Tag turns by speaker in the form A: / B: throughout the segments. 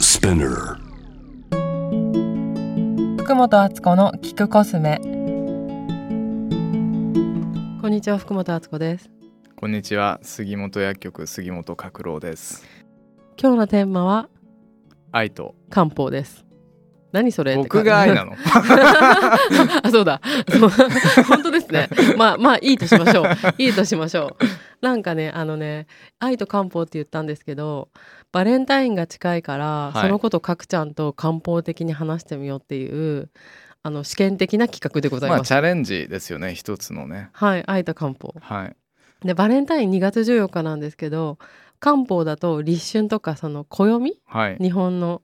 A: Spinner.
B: 福本敦子の聞くコスメこんにちは福本敦子です
C: こんにちは杉本薬局杉本角郎です
B: 今日のテーマは
C: 愛と
B: 漢方です何それ
C: 僕が愛な
B: の
C: の
B: あそうだそう本当ですねまあまあいいとしましょういいとしましょうなんかねあのね愛と漢方って言ったんですけどバレンタインが近いから、
C: はい
B: そのことをかくちゃんと漢方的に話してみようっていうあの試験的な企画でござい
C: まあ
B: ます、
C: チャレンジですよね一つのね
B: はい愛と漢方
C: はい
B: でバレンタイン2月14日なんですけど漢方だと立春とかその暦
C: はい
B: 日本の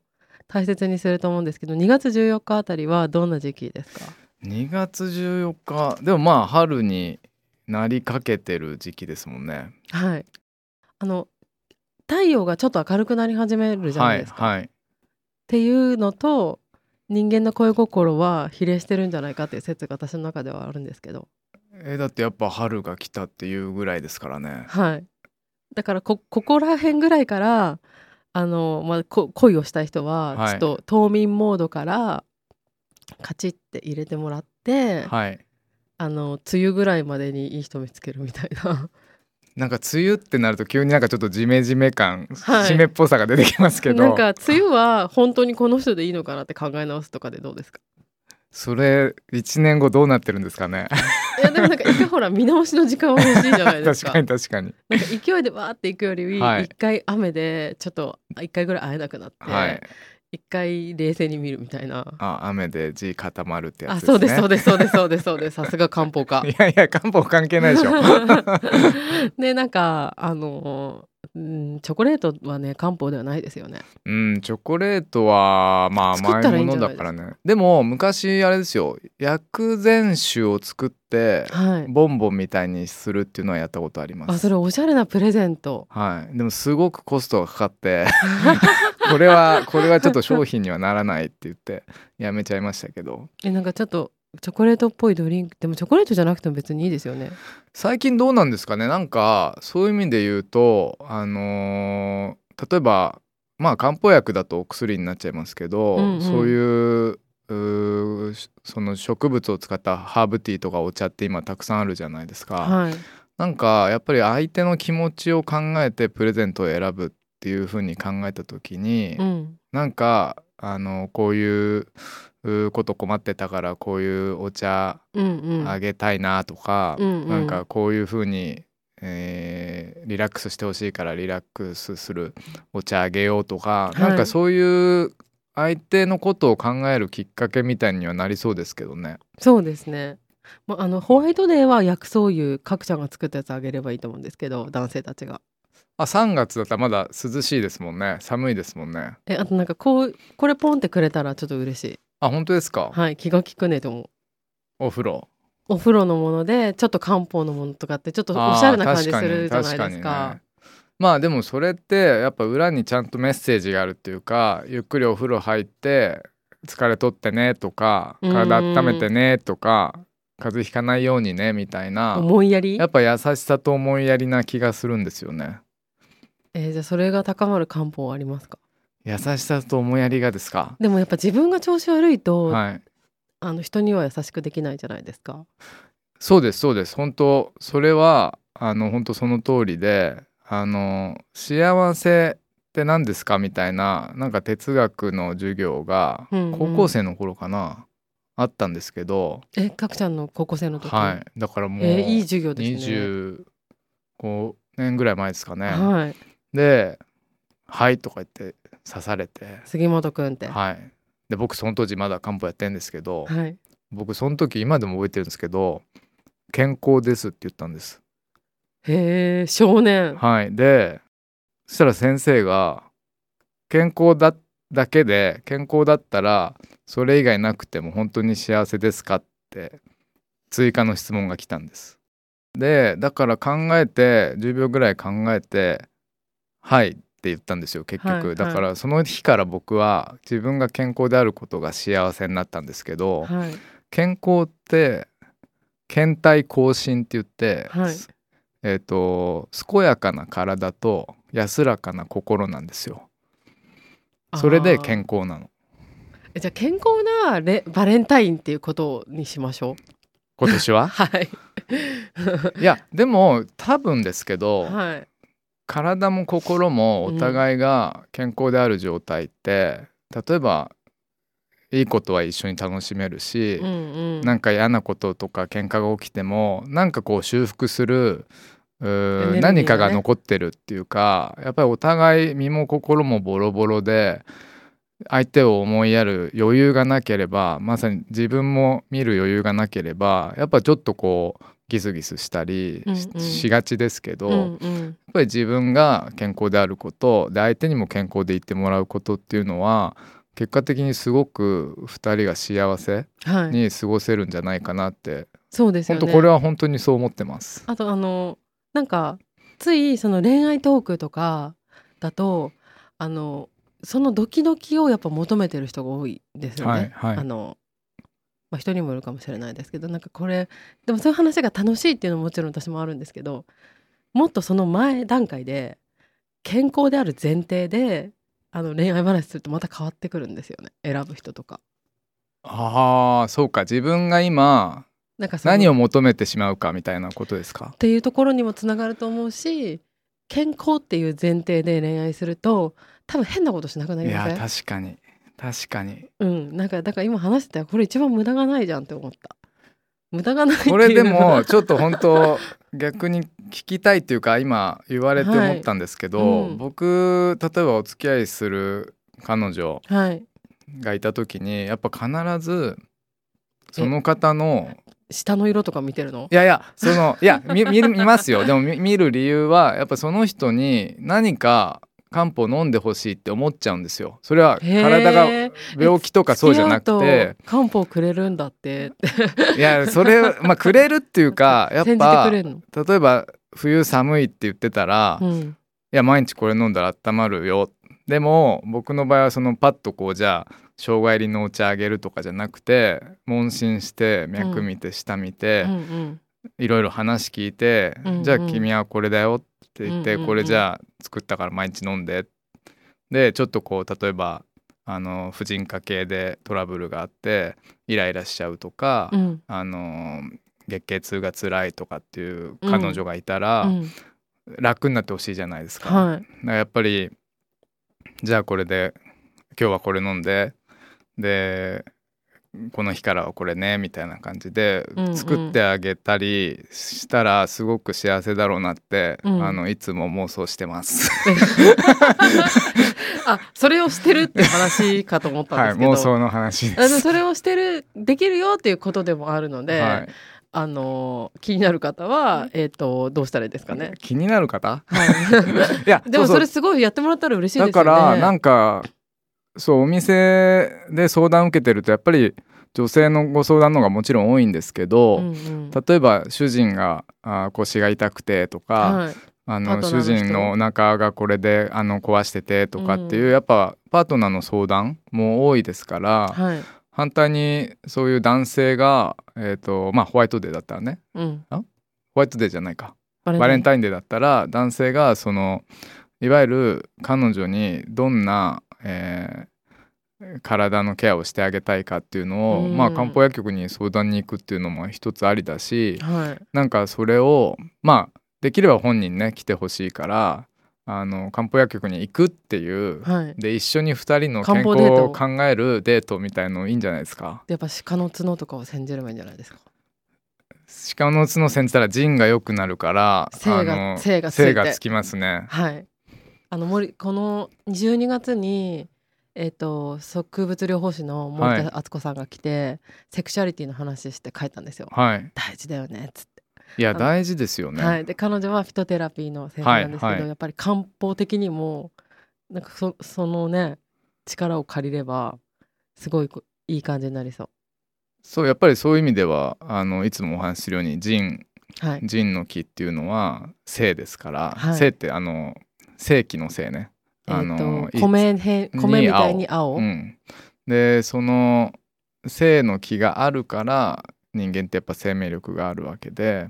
B: 大切にすると思うんですけど2月14日あたりはどんな時期ですか
C: 2月14日でもまあ春になりかけてる時期ですもんね
B: はいあの太陽がちょっと明るくなり始めるじゃないですか、
C: はいはい
B: っていうのと人間の恋心は比例してるんじゃないかっていう説が私の中ではあるんですけど
C: えだってやっぱ春が来たっていうぐらいですからね
B: はいだからこここら辺ぐらいからあの、まあ、こ恋をしたい人は
C: はい
B: ちょっと冬眠モードからカチッて入れてもらって、
C: はい
B: あの梅雨ぐらいまでにいい人見つけるみたいな
C: なんか梅雨ってなると急になんかちょっとジメジメ感、
B: はい
C: 湿っぽさが出てきますけど
B: なんか梅雨は本当にこの人でいいのかなって考え直すとかでどうですか
C: それ1年後どうなってるんですかね
B: いやでもなんか一回ほら見直しの時間は欲しいじゃないですか
C: 確かに確かに
B: なんか勢いでわーっていくより一、
C: はい
B: 回雨でちょっと一回ぐらい会えなくなって一、
C: はい
B: 回冷静に見るみたいな
C: あ雨で地固まるってや
B: あ
C: つですね
B: そうですそう
C: で
B: ですそうですそうですそうですさすが漢方科
C: いやいや漢方関係ないでしょ
B: でなんかあのうんチョコレートはね漢方ではないですよね
C: うんチョコレートはまあ
B: 作
C: 甘
B: ったらいい
C: い
B: ん
C: も
B: じゃ
C: の
B: ないで
C: だ
B: すか
C: か
B: ら
C: ねでも昔あれですよ薬膳酒を作って
B: はい
C: ボンボンみたいにするっていうのはやったことありま
B: あ
C: す
B: それおしゃれなプレゼント
C: はいでもすごくコストがかかって これはこれはちょっと商品にはならないって言ってやめちゃいましたけど
B: えなんかちょっとチョコレートっぽいドリンクでもチョコレートじゃなくても別にいいですよね
C: 最近どうなんですかねなんかそういう意味で言うとあのー例えばまあ漢方薬だとお薬になっちゃいますけど、
B: うんうん
C: そういううーしその植物を使ったハーブティーとかお茶って今たくさんあるじゃないですか、
B: はい
C: なんかやっぱり相手の気持ちを考えてプレゼントを選ぶっていう風に考えた時に、
B: うん
C: なんかあのこういううーこと困ってたからこういうお茶
B: うんうん
C: あげたいなとか、
B: うんうん
C: なんかこういう風に、えーリラックスしてほしいからリラックスするお茶あげようとか、
B: はい
C: なんかそういう相手のことを考えるきっかけみたいにはなりそうですけどね。
B: そうですね、まあ、あのホワイトデーは薬草油角ちゃんが作ったやつあげればいいと思うんですけど男性たちが
C: あ3月だったらまだ涼しいですもんね寒いですもんね。
B: えあとなんかこうこれポンってくれたらちょっと嬉しい
C: あ本当ですか、
B: はい気が利くねと思う
C: お風呂。
B: お風呂のものでちょっと漢方のものとかってちょっとおしゃれな感じするじゃないですか
C: あー確かに確かにねまあでもそれってやっぱ裏にちゃんとメッセージがあるっていうかゆっくりお風呂入って疲れとってねとか
B: うん
C: 体温めてねとか風邪ひかないようにねみたいな
B: 思いやり
C: やっぱ優しさと思いやりな気がするんですよね
B: えーじゃあそれが高まる漢方はありますか
C: 優しさと思いやりがですか
B: でもやっぱ自分が調子悪いと、
C: はい
B: あの人には優しくできないじゃないですか
C: そうですそうです本当それはあの本当その通りであの幸せって何ですかみたいななんか哲学の授業が
B: うんうん
C: 高校生の頃かな、あったんですけど、
B: えかくちゃんの高校生の時、
C: はい、だからもう
B: えーいい授業ですね
C: 25年ぐらい前ですかね、
B: はい
C: で「はい」とか言って刺されて、
B: 杉本くんっては
C: はい、で僕その当時まだ漢方やってんですけど、
B: い、
C: 僕その時今でも覚えてるんですけど「健康です」って言ったんです。
B: へえ少年
C: はい、でそしたら先生が健康だだけで健康だったらそれ以外なくても本当に幸せですかって追加の質問が来たんです。でだから考えて10秒ぐらい考えて「はい」って言ったんですよ結局、
B: はいはい
C: だからその日から僕は自分が健康であることが幸せになったんですけど、
B: はい
C: 健康って健体更新って言って、
B: はい
C: すえっ、と健やかな体と安らかな心なんですよ。それで
B: 康
C: 健康なの
B: じゃあ健康なレバレンタインっていうことにしましょ
C: 今年
B: う
C: は
B: はい
C: いやでも多分ですけど、
B: はい
C: 体も心もお互いが健康である状態って、例えばいいことは一緒に楽しめるし、
B: うんうん
C: なんか嫌なこととか喧嘩が起きてもなんかこう修復する
B: エ
C: う
B: ネルギ
C: ー
B: ーがね
C: 何かが残ってるっていうかやっぱりお互い身も心もボロボロで相手を思いやる余裕がなければまさに自分も見る余裕がなければやっぱちょっとこうギスギスしたりし,、
B: うんうん
C: がちですけど、
B: う
C: やっ
B: んうん
C: ぱり自分が健康であることで相手にも健康でいてもらうことっていうのは結果的にすごく2人が幸せ
B: はい
C: に過ごせるんじゃないかなって、
B: そうですよ
C: 本
B: ね
C: 当これは本当にそう思ってます。
B: あとあのなんかついその恋愛トークとかだとあのそのドキドキをやっぱ求めてる人が多いですよね。
C: はいは
B: あ
C: い。
B: のまあ、人にもよるかもしれないですけどなんかこれでもそういう話が楽しいっていうのももちろん私もあるんですけどもっとその前段階で健康である前提であの恋愛話するとまた変わってくるんですよね選ぶ人とか。
C: ああ、そうか。自分が今
B: なんかその
C: 何を
B: っ
C: 求めてしまうかみたいなことですか。
B: ていうところにもつながると思うし健康っていう前提で恋愛すると多分変なことしなくないりませ
C: や
B: ん
C: 確かに確かに。
B: うん、なんかだから今話してたらこれ一番無駄がないじゃんって思った無駄がないっていう
C: これでもちょっと本当逆に聞きたいっていうか今言われて思ったんですけど、
B: はいうん
C: 僕例えばお付き合いする彼女
B: はい
C: がいた時にやっぱ必ずその方の
B: 下の色とか見てるの
C: いやいやそのいや見見る見ますよでも見見る理由はやっぱその人に何か漢方飲んでほしいって思っちゃうんですよそれは
B: へー
C: 体が病気とかそうじゃなくて
B: 付き合うと漢方くれるんだって
C: いやそれまあくれるっていうかやっ
B: 煎じて
C: ぱ
B: くれるの、
C: 例えば冬寒いって言ってたら、
B: う
C: い
B: ん、
C: や毎日これ飲んだら温まるよでも僕の場合はそのパッとこうじゃあ生姜入りのお茶あげるとかじゃなくて問診して脈見て舌見て、
B: うんうん
C: いろいろ話聞いて、
B: うんうん
C: じゃあ君はこれだよって言っ
B: う
C: て、
B: んうんうん
C: これじゃあ作ったから毎日飲んででちょっとこう例えばあの婦人科系でトラブルがあってイライラしちゃうとか、
B: うん
C: あの月経痛が辛いとかっていう彼女がいたら、
B: うん
C: 楽になってほしいじゃないですか。だか
B: はい
C: らやっぱりじゃあこれで今日はこれ飲んででこの日からはこれねみたいな感じで
B: うんうん
C: 作ってあげたりしたらすごく幸せだろうなって、
B: うん
C: あのいつも妄想してます。
B: あそれをしてるっていう話かと思ったん
C: は
B: で
C: い、
B: すけど、
C: 妄想の話で
B: あの
C: す。
B: それをしてるできるよっていうことでもあるので、
C: はい、
B: あの気になる方は、えー、とどうしたらいいですかね。
C: 気にな る方
B: はい
C: いや
B: でも
C: うう
B: それすごいやってもらったら嬉しいですよ
C: だ
B: ね。
C: からなんんかそうお店で相談受けてるとやっぱり女性のご相談の方がもちろん多いんですけど、
B: うんうん
C: 例えば主人があ腰が痛くてとか、
B: はいパ
C: あ
B: ー
C: の
B: トナーの
C: 主
B: 人
C: 人のお腹がこれであの壊しててとかっていう、
B: う
C: やっぱパートナーの相談も多いですから、
B: はい
C: 反対にそういう男性が、えーとまあ、ホワイトデーだったらね
B: うん、
C: ホワイトデーじゃないか
B: バ
C: バレン
B: イ
C: タインデーだったら男性がそのいわゆる彼女にどんな、えー体のケアをしてあげたいかっていうのを、
B: うん
C: まあ、漢方薬局に相談に行くっていうのも一つありだし、
B: はい
C: なんかそれをまあできれば本人ね来てほしいからあの漢方薬局に行くっていう、
B: はい、
C: で一緒に2人の
B: 漢
C: 健
B: 方
C: 康
B: デート
C: を考えるデートみたいのいいんじゃないですか
B: やっぱ鹿の角とかを煎じればいいんじゃないですか。
C: 鹿の角煎じたら腎が良くなるから
B: 精が
C: あの
B: 精がついて
C: 精がつきますね
B: はい。あの森この12月にえっ、と植物療法士の森
C: はい
B: 田敦子さんが来て、セクシャリティの話して書いたんですよ。
C: はい
B: 大事だよねっつって。
C: いや
B: の
C: 大事ですよね、
B: はい。で彼女はフィトテラピーの先生なんですけど、
C: はいはい
B: やっぱり漢方的にもなんかそそのね力を借りればすごいこいい感じになりそ
C: そうやっぱりそういう意味ではあのいつもお話しするように腎
B: う。はい。
C: 腎の木っていうのは性ですから、
B: はい
C: 性ってあの性器の性ね
B: えっ、
C: あの
B: と米へ
C: に
B: 米みたいに青。
C: うん、でその性の気があるから人間ってやっぱ生命力があるわけで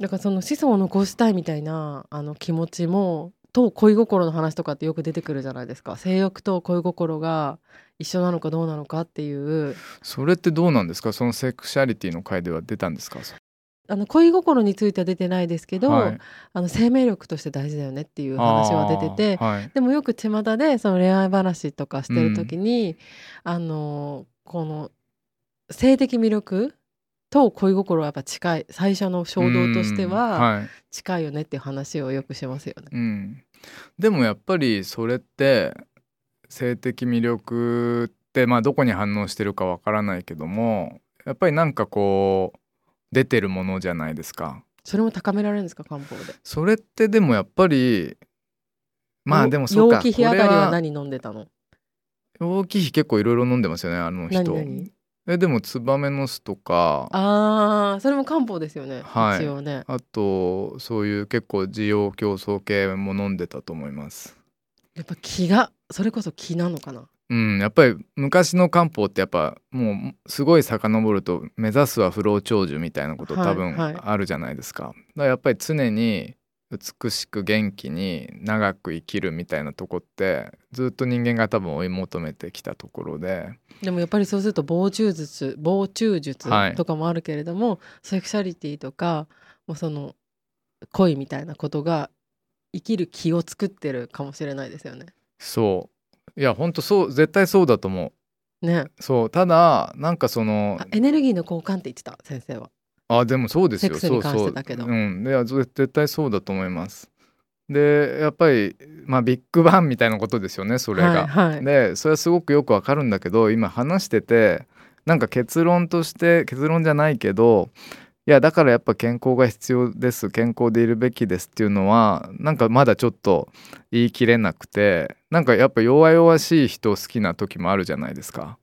B: だからその子孫を残したいみたいなあの気持ちもと恋心の話とかってよく出てくるじゃないですか性欲と恋心が一緒なのかどうなのかっていう
C: それってどうなんですかそのセクシャリティの回では出たんですかそ
B: あの恋心については出てないですけど、
C: はい
B: あの生命力として大事だよねっていう話は出てて
C: あーはい
B: でもよく巷でその恋愛話とかしてる時に、あのこの性的魅力と恋心はやっぱ近い最初の衝動として
C: うん
B: は
C: はい
B: 近いよねっていう話をよくしますよね。
C: うん、でもやっぱりそれって性的魅力って、まあ、どこに反応してるかわからないけどもやっぱりなんかこう出てるものじゃないですか。
B: それも高められるんですか漢方で。
C: それってでもやっぱりまあ
B: よ
C: でもそうか
B: 陽気日あたり
C: これ
B: は何飲んでたの
C: 陽気比結構いろいろ飲んでますよねあの
B: 何
C: 人
B: 何
C: えでもツバメの巣とかあ
B: あーそれも漢方ですよね、
C: はい
B: 一応ね
C: とそういう結構需要競争系も飲んでたと思います
B: やっぱ気がそれこそ気なのかな
C: うんやっぱり昔の漢方ってやっぱもうすごい遡ると目指すは不老長寿みたいなこと
B: はい
C: 多分
B: はい
C: あるじゃないですか、だからやっぱり常に美しく元気に長く生きるみたいなとこってずっと人間が多分追い求めてきたところで
B: でもやっぱりそうすると防虫術防虫術
C: はい
B: とかもあるけれども、セクシャリティとかもうその恋みたいなことが生きる気を作ってるかもしれないですよね。
C: そういやほんとそう絶対そうだと思う
B: ね
C: そうただなんかその
B: あエネルギーの交換って言ってた先生は。
C: あでもそうですよ
B: セックスに関して
C: そうそう
B: だけど
C: うんいやぜ絶対そうだと思いますでやっぱりまあビッグバンみたいなことですよねそれが、
B: はいはい、
C: でそれはすごくよくわかるんだけど今話しててなんか結論として結論じゃないけどいやだからやっぱ健康が必要です健康でいるべきですっていうのはなんかまだちょっと言い切れなくてなんかやっぱ弱々しい人好きな時もあるじゃないですか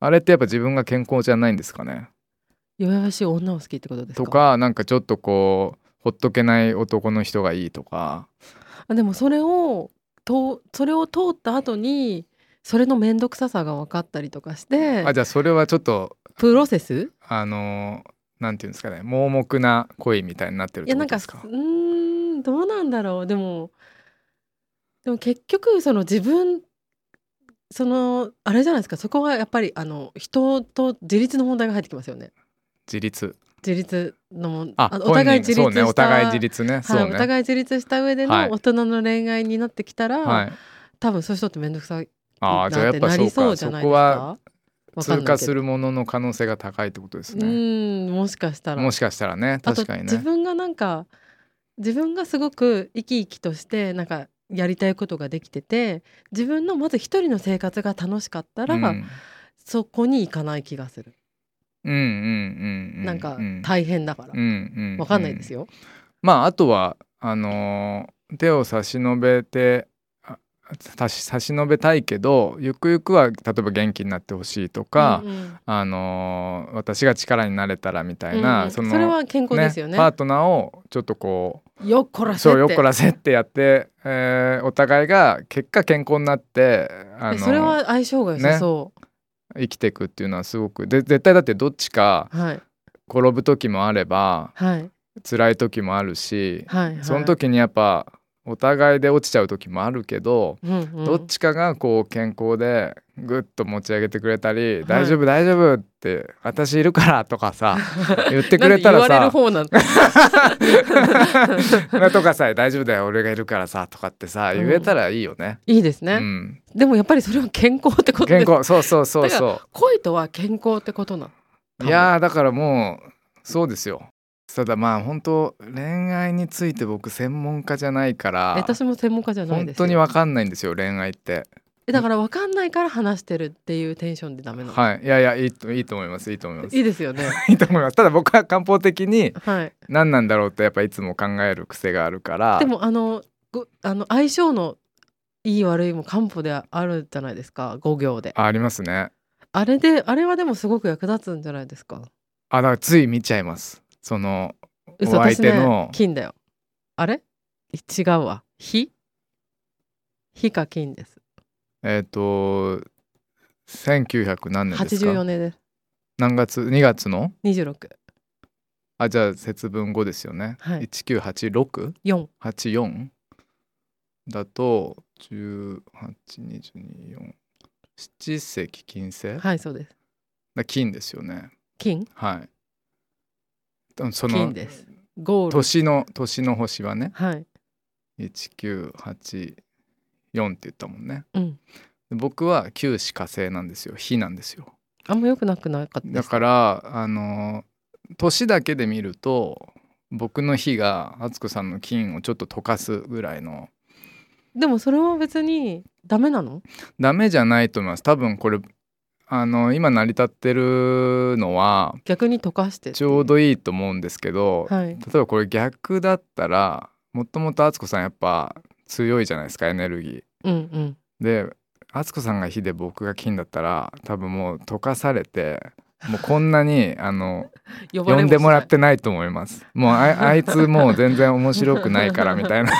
C: あれってやっぱ自分が健康じゃないんですかね
B: 弱々しい女を好きってことですか
C: とかなんかちょっとこうほっとけない男の人がいいとか
B: あでもそれをとそれを通った後にそれの面倒くささが分かったりとかして
C: あじゃあそれはちょっと
B: プロセス
C: あのなんていうんですかね盲目な恋みたいになってるっ
B: い
C: て
B: や
C: こ
B: な
C: と
B: んか
C: です
B: う
C: か
B: ーんどうなんだろうでもでも結局その自分そのあれじゃないですかそこはやっぱりあの人と自立の問題が入ってきますよね
C: 自立
B: 自立のも
C: あ
B: あお互い
C: 本人
B: 自立
C: そうね
B: し
C: お
B: た、
C: 互い自立ね、そう
B: はい、
C: ね
B: お互い自立した上で
C: は
B: の
C: い
B: 大人の恋愛になってきたら、
C: はい
B: 多分そういう人って面倒くさい
C: あ
B: な
C: あ
B: ん
C: じゃあやってぱ
B: な
C: そ
B: り
C: う
B: そう
C: か
B: じゃ
C: そ
B: ない
C: こ
B: です
C: は
B: かわかん
C: 通
B: ない
C: 過
B: け
C: す
B: ど
C: るものの可能性が高いってことです
B: う
C: ね
B: ーんもしかしたら
C: もしかしたらね
B: あと
C: 確かに
B: 自
C: ね
B: 分がなんか自分がすごく生き生きとしてなんかやりたいことができてて自分のまず一人の生活が楽しかったら、
C: うん
B: そこに行かない気がする、
C: うんうんうんう
B: なんか
C: うん
B: 大変だから、
C: うんうん
B: わかんないですよ、
C: まああとはあのー手を差し伸べてあ差し差し伸べたいけどゆくゆくは例えば元気になってほしいとか、
B: うんうん
C: あのー私が力になれたらみたい
B: うん
C: な、
B: うんそ
C: その
B: れは健康ですよね
C: パートナーをちょっとこう
B: よっこらせっ
C: そう
B: て
C: よっこらせってやって、えーお互いが結果健康になって、あの
B: えそれは相性が良さそ
C: 生きていくっていうのはすごくで絶対だってどっちか
B: う、はい
C: 転ぶ時もあれば
B: はい
C: 辛い時もあるし、
B: はいはい
C: その、時にやっぱお互いで落ちちゃう時もあるけど、
B: うんうん
C: どっちかがこう健康でぐっと持ち上げてくれたり
B: い
C: 「大丈夫大丈夫」って「私いるから」とか さ言ってくれたら
B: なんで言われる
C: さ
B: 方なんて
C: 「 とかさ大丈夫だよ俺がいるからさ」とかってさ言えたらいいよね。
B: いいですね、
C: うん、
B: でもやっぱりそれは健康ってことで
C: 健
B: す
C: 康そうそうそうそ
B: 恋とは健康ってことな
C: う。いやーだからもうそうですよ。ただまあ本当恋愛について僕専門家じゃないから
B: 私も専門家じゃない
C: 本
B: です
C: 当にわかんないんですよ恋愛って。
B: えだから分かんないから話してるっていうテンションでダメなの、
C: はいいやいやいいといいと思いますいいと思います
B: い、。いですよ ね
C: いいと思いますただ僕は漢方的に
B: はい
C: 何なんだろうってやっぱいつも考える癖があるから
B: でもあのごあの相性のいい悪いも漢方であるじゃないですか5行で
C: あありますね
B: あれであれはでもすごく役立つんじゃないですか
C: あだからつい見ちゃいますその
B: 嘘
C: お相手の
B: 私ね金だよあれ違うわ火火か金です
C: えっ、と1900何年です
B: 84
C: か
B: 年です
C: 何月2月の
B: 26
C: あじゃあ節分後ですよね、
B: はい
C: 1986?84?
B: 4
C: だと18224七石金星、
B: はいそうです
C: だ金ですよね
B: 金
C: はいでもその
B: 金ですゴール
C: 年の年の星はね
B: はい
C: 1984って言ったもんね
B: うん
C: で僕は九死火星なんですよ火なんですよ
B: あんま良くなくなかったで
C: だ
B: すか
C: からあの年だけで見ると僕の火が敦子さんの金をちょっと溶かすぐらいの
B: でもそれは別にダメなの
C: ダメじゃないと思います多分これあの今成り立ってるのは
B: 逆に溶かして
C: ちょうどいいと思うんですけど、
B: はい
C: 例えばこれ逆だったらもともと敦子さんやっぱ強いじゃないですかエネルギ
B: うんうん
C: ー。で敦子さんが火で僕が金だったら多分もう溶かされてもうこんなにあの
B: 呼ばれしな
C: 呼
B: い
C: んでもらってないと思います。もうああいつもう全然面白くないからみた いな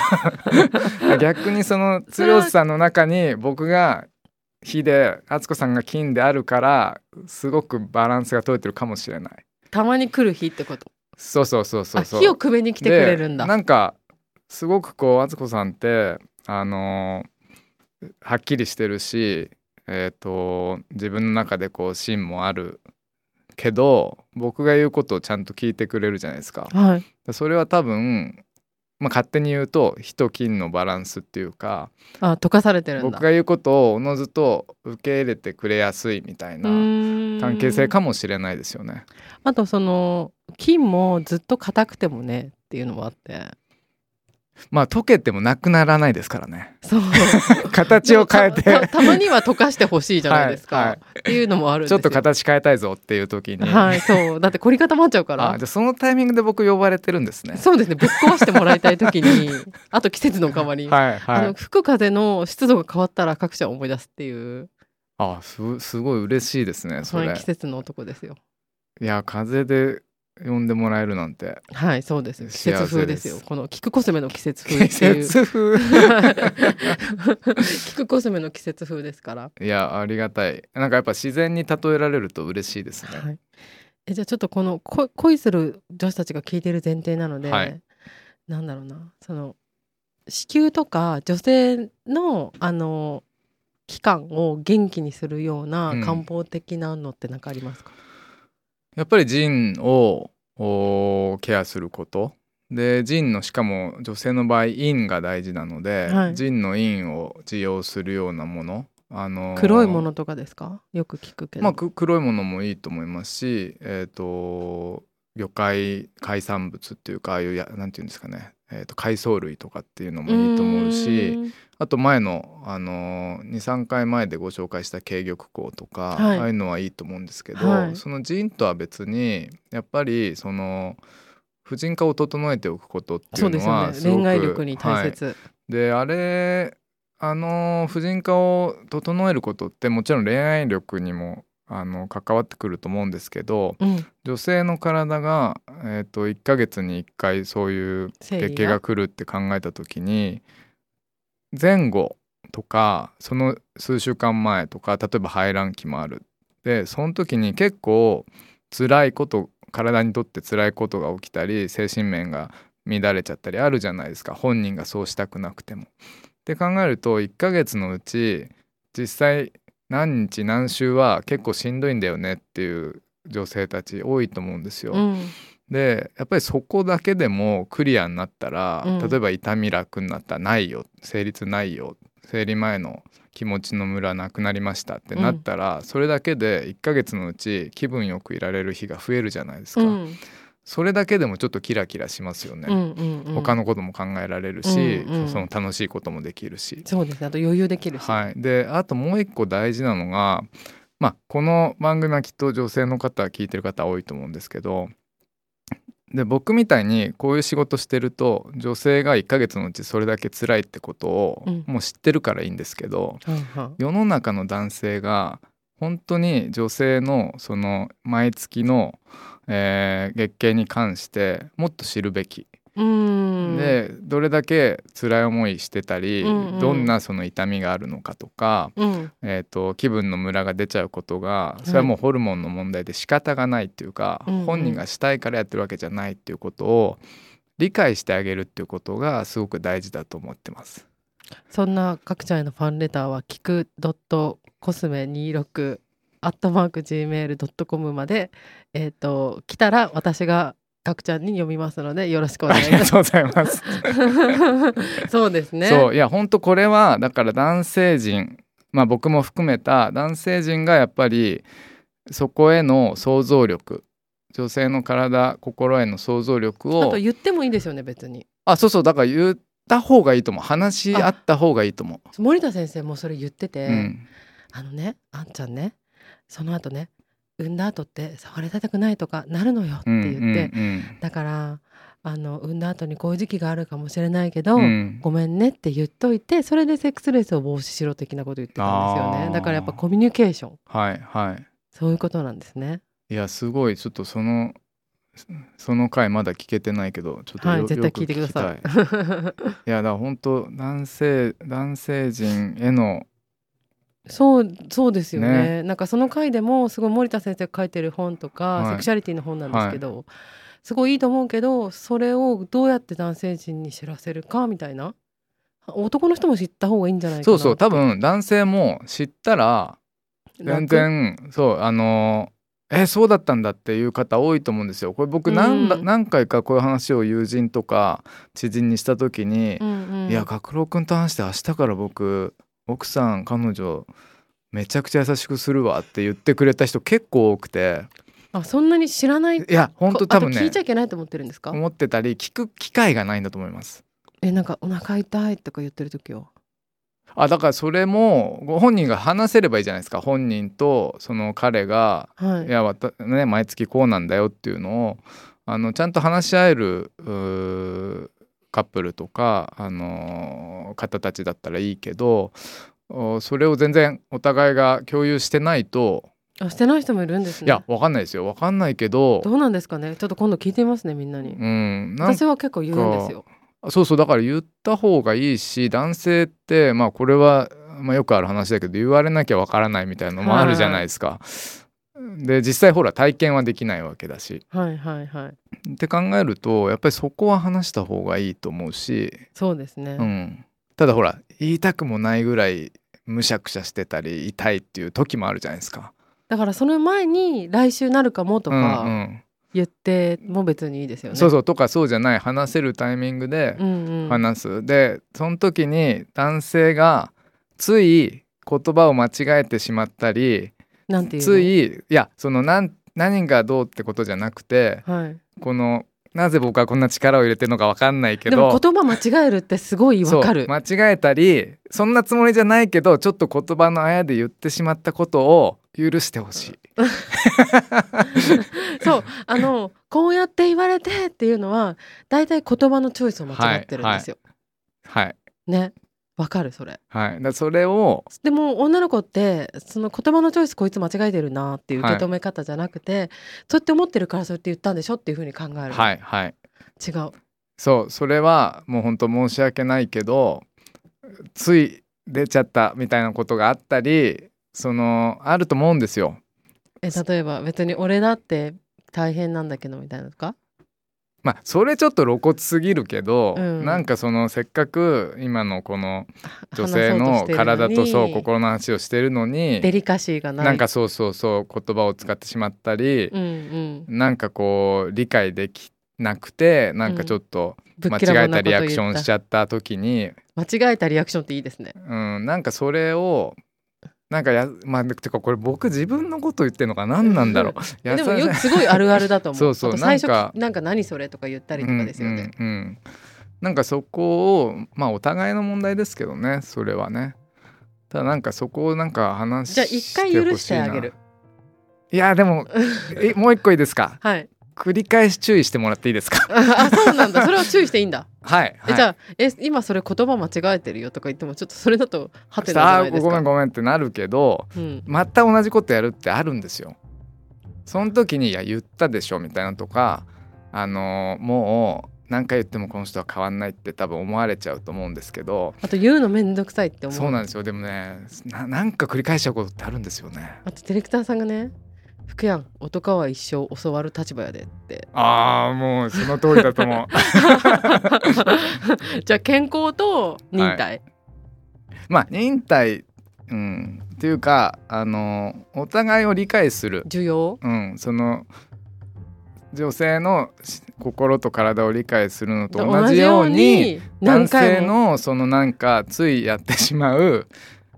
C: 逆にその強さの中に僕が火で敦子さんが金であるからすごくバランスが取れてるかもしれない。
B: たまに来る日ってこと
C: そうそうそうそうそう。
B: あ火をくべに来てくれるんだ
C: でなんかすごくこう敦子さんってあのーはっきりしてるしえっ、と自分の中でこう芯もあるけど僕が言うことをちゃんと聞いてくれるじゃないですか。
B: はい
C: でそれは多分まあ、勝手に言うと火と金のバランスっていうか
B: あ溶かされてるんだ
C: 僕が言うことをおのずと受け入れてくれやすいみたいな関
B: 関
C: 係性かもしれないですよね。
B: あとその金もずっと硬くてもねっていうのもあって
C: まあ溶けてもなくならないですからね
B: そう
C: 形を変えて
B: でもたたたまには溶かしてほしいじゃないですか、
C: はいはい
B: っていうのもあるんです
C: ちょ
B: よ
C: っと形変えたいぞっていう時に、
B: はいそうだって凝り固まっちゃうか
C: あ
B: ら
C: じゃあそのタイミングで僕呼ばれてるんですね。
B: そうですねぶっ壊してもらいたい時 にあと季節の変わり、
C: はい
B: あ
C: は
B: の
C: い。
B: 吹く風の湿度が変わったら各社を思い出すっていう
C: あすすごい嬉しいですねそ
B: そういう
C: れ
B: 季。節の男ですよ
C: いや風で呼んでもらえるなんて
B: はいそうですよ季
C: 幸せ
B: 節風ですよ
C: です
B: この菊コスメの季節風
C: 季
B: って いう
C: 節風。
B: 菊コスメの季節風ですから、
C: いやありがたい。なんかやっぱ自然に例えられると嬉しいですね。
B: はい、えじゃあちょっとこのこ恋する女子たちが聞いてる前提なので、
C: はい
B: なんだろうなその子宮とか女性のあの期間を元気にするような
C: うん
B: 漢方的なのって何かありますか、
C: やっぱり腎をおーケアすること。で腎のしかも女性の場合陰が大事なので、
B: はい
C: 腎の陰を治療するようなもの。あのー
B: 黒いものとかですかよく聞くけど、
C: まあ、く黒いものもいいと思いますし、えー、と魚介海産物っていうかああいうやなんていうんですかね、えー、と海藻類とかっていうのもいいと思う
B: ー
C: し
B: ん
C: あと前の、あの23回前でご紹介した軽玉香とか、
B: はい
C: ああいうのはいいと思うんですけど、
B: はい
C: そのジンとは別にやっぱりその婦人科を整えておくことってい
B: そう
C: う
B: です
C: の
B: よ
C: は
B: ね
C: すごく
B: 恋愛力に
C: は
B: 大
C: い
B: 切、
C: であれあの婦人科を整えることってもちろん恋愛力にもあの関わってくると思うんですけど
B: うん
C: 女性の体が、えー、と1ヶ月に1回そういう
B: 生
C: 月
B: 理
C: 経が来るって考えた時に前後とかその数週間前とか例えば排卵期もあるでその時に結構辛いこと体にとって辛いことが起きたり精神面が乱れちゃったりあるじゃないですか本人がそうしたくなくても。って考えると1ヶ月のうち実際何日何週は結構しんどいんだよねっていう女性たち多いと思うんですよ。
B: うん
C: でやっぱりそこだけでもクリアになったら、
B: うん
C: 例えば痛み楽になったないよ生理痛ないよ生理前の気持ちのムラなくなりましたってなったら、それだけで1ヶ月のうち気分よくいられる日が増えるじゃないです
B: う
C: か、
B: ん
C: それだけでもちょっとキラキラしますよね、
B: うんうんうん
C: 他のことも考えられるし、
B: うんうん
C: その楽しいこともできるし、
B: そうですねあと余裕できるし、
C: はい、であともう一個大事なのが、まあ、この番組はきっと女性の方聞いてる方多いと思うんですけどで僕みたいにこういう仕事してると女性が1ヶ月のうちそれだけ辛いってことを
B: うん
C: もう知ってるからいいんですけど、
B: うんうん
C: 世の中の男性が本当に女性のその毎月の、えー月経に関してもっと知るべき
B: うーん
C: でどれだけ辛い思いしてたり、
B: うんうん
C: どんなその痛みがあるのかとか、
B: うん
C: えー、と気分のムラが出ちゃうことが
B: い
C: それはもうホルモンの問題で仕方がないっていうか、
B: うんうん
C: 本人がしたいからやってるわけじゃないっていうことを理解してあげるっていうことがすごく大事だと思ってます。
B: そんな各ちゃんへのファンレターは聞く .cosme26 アットマーク gmail.com まで、えっと来たら私が各ちゃんに読みますのでよろしくお
C: あ
B: 願い
C: り
B: します。
C: がとうございます。
B: そうです ね。
C: そういや本当これはだから男性陣まあ僕も含めた男性陣がやっぱりそこへの想像力女性の体心への想像力
B: あ
C: を
B: と言ってもいいですよね別に。
C: あそうそうだから言った方がいいと思う話し合った方がいいと思
B: 森田先生もそれ言ってて、
C: う、うん、
B: あのねあんちゃんねその後ね産んだ後って触れたくないとかなるのよって
C: うん
B: 言って、
C: うん
B: だからあの産んだ後にこういう時期があるかもしれないけど、
C: うんうん
B: ごめんねって言っといてそれでセックスレスを防止しろ的なこと言ってたんですよ
C: あ
B: ね
C: ー
B: だからやっぱコミュニケーション
C: はいはい
B: そういうことなんですね
C: いやすごいちょっとそのその回まだ聞けてないけどちょっとよ、
B: はい絶対
C: よく
B: 聞いてくださ
C: き
B: い
C: たいやだから本当男性男性陣への
B: そうそうですよね
C: ね
B: なんかその回でもすごい森田先生が書いてる本とか、
C: はい
B: セクシャリティの本なんですけど、すごいいいと思うけどそれをどうやって男性陣に知らせるかみたいな男の人も知った方がいいんじゃないか
C: そ
B: な
C: うそう多分男性も知ったら全然そうあのえそうだったんだっていう方多いと思うんですよ。これ僕何,、
B: うん
C: 何回かこういう話を友人とか知人にした時に
B: 楽、うんうん
C: いや角郎君と話して明日から僕奥さん彼女めちゃくちゃ優しくするわって言ってくれた人結構多くて
B: あそんなに知らない
C: いや本当多分
B: あと聞
C: ね
B: いちゃいけないと思ってるんですか
C: 思ってたり聞く機会がないんだと思います。
B: えなんかお腹痛いとか言ってる時は
C: あだからそれもご本人が話せればいいじゃないですか本人とその彼が
B: はい
C: いやわた、ね、毎月こうなんだよっていうのをあのちゃんと話し合えるうーカップルとか、あのー方たちだったらいいけどおそれを全然お互いが共有してないと、
B: あしてない人もいるんですね
C: いやわかんないですよわかんないけど
B: どうなんですかねちょっと今度聞いてみますねみんなに
C: うんなん
B: 私は結構言うんですよ
C: そうそうだから言った方がいいし男性ってまあこれは、まあ、よくある話だけど言われなきゃわからないみたいなのもあるじゃないですか。で実際ほら体験はできないわけだし。
B: はいはいはい
C: って考えるとやっぱりそこは話した方がいいと思うし、
B: そうですね、
C: うん、ただほら言いたくもないぐらいむしゃくしゃしてたり痛いっていう時もあるじゃないですか。
B: だからその前に来週なるかもと
C: うん
B: か
C: うん
B: 言っても別にいいですよね、
C: そうそうとかそうじゃない話せるタイミングで
B: うんうん
C: 話す。でその時に男性がつい言葉を間違えてしまったり
B: なんていうの
C: ついいやその何何がどうってことじゃなくて
B: はい
C: このなぜ僕はこんな力を入れてるのか分かんないけ
B: で
C: ど
B: も言葉間違えるってすごいわかる
C: そう間違えたりそんなつもりじゃないけどちょっと言葉のあやで言ってしまったことを許してほしい
B: そうあのこうやって言われてっていうのは大体言葉のチョイスを間違ってるんですよ、
C: はい
B: ねわかるそれ
C: はいだからそれを
B: でも女の子ってその言葉のチョイスこいつ間違えてるなっていう受け止め方じゃなくて、そうやって思ってるからそうやって言ったんでしょっていうふうに考える、
C: はいはい
B: 違う
C: そうそれはもう本当申し訳ないけどつい出ちゃったみたいなことがあったりそのあると思うんですよ
B: え例えば別に俺だって大変なんだけどみたいなのとか
C: まあそれちょっと露骨すぎるけど、
B: うん
C: なんかそのせっかく今のこの 女
B: 話
C: 性
B: そう
C: の
B: してるに
C: 体とそう心の話をしてるのに
B: デリカシーがない
C: なんかそうそうそう言葉を使ってしまったり
B: う、んうん
C: なんかこう理解できなくてなんかちょっと
B: ぶ
C: 間
B: っきらぼ
C: 違
B: う
C: えた
B: なこと
C: リ
B: 言
C: アクションしちゃった時に、
B: 間違えたリアクションっていいですね
C: うん、なんかそれをなんかやまあてかこれ僕自分のこと言ってるのか何なんだろう
B: え でも
C: 優し
B: よくすごいあるあるだと思う
C: そうそう
B: あと最初
C: なんか
B: きなんか何それとか言ったりとかですよね、
C: うんうんうんなんかそこをまあお互いの問題ですけどねそれはねただなんかそこをなんか話
B: じゃあ一回許してあげる
C: ほしいないやでもえもう一個いいですか
B: はい
C: 繰り返し注意してもらっていいですか
B: あそうなんだそれは注意していいんだ
C: はい、はい、
B: えじゃあえ今それ言葉間違えてるよとか言ってもちょっとそれだとハテナじゃ
C: あ
B: ないです
C: ごめん
B: か。
C: ごめんってなるけど
B: うん、
C: また同じことやるってあるんですよ。その時に「いや言ったでしょ」みたいなとか、あのーもう何回言ってもこの人は変わんないって多分思われちゃうと思うんですけど
B: あと言うのめんどくさいって思う
C: そうなんですよでもねななんか繰り返しちゃうことってあるんですよね。
B: あとディレクターさんがね「福やん男は一生教わる立場やで」って
C: あーもうその通りだと思う。
B: じゃあ健康と忍耐、
C: まあ忍耐、うん、っていうかあのお互いを理解する、
B: 需要
C: うん、その女性のし心と体を理解するのと同じように男性のそのなんかついやってしまう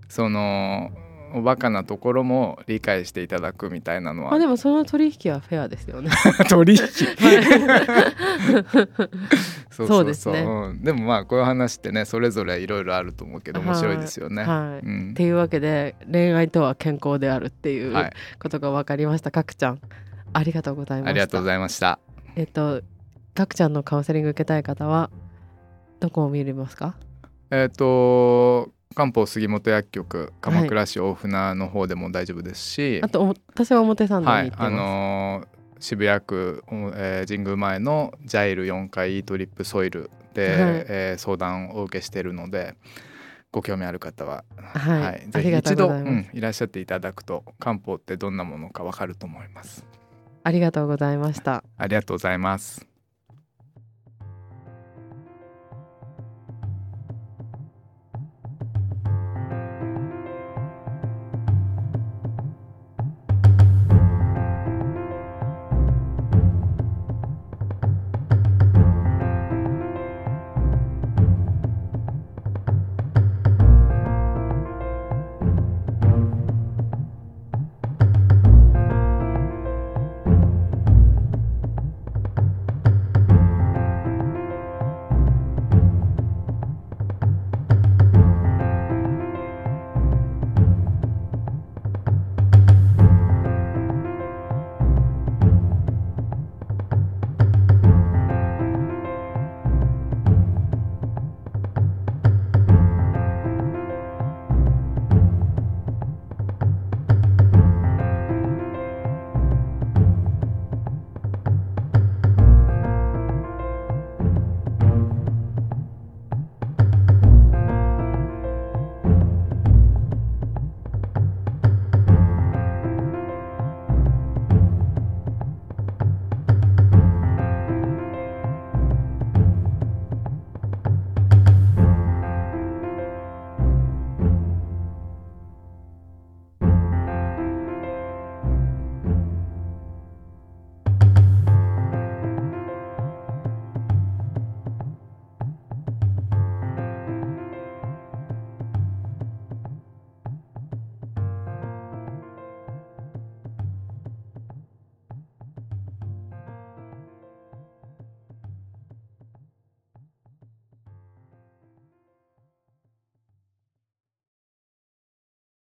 C: そのおバカなところも理解していただくみたいなの
B: まあ
C: は
B: でもその取引はフェアですよね。
C: 取引そ
B: そうですね
C: うんでもまあこういう話ってねそれぞれいろいろあると思うけど面白いですよね。
B: はい。
C: うん
B: っていうわけで恋愛とは健康であるっていう
C: はい、
B: ことが分かりました。かくちゃんありがとうございました。
C: ありがとうございました。
B: えっとかくちゃんのカウンセリング受けたい方はどこを見れますか？
C: えっ、と漢方杉本薬局鎌倉市大船の方でも大丈夫ですし、
B: あとお私は表参道
C: は
B: に行って
C: い、
B: ます。
C: あのー渋谷区、おえー神宮前のジャイル4階イートリップソイルで、
B: はい
C: えー相談をお受けしているのでご興味ある方は、
B: はいあ
C: ぜ
B: り
C: ひ
B: がとう
C: 一
B: ご
C: 度
B: ざいます
C: うんいらっしゃっていただくと漢方ってどんなものかわかると思います。
B: ありがとうございました。
C: ありがとうございます。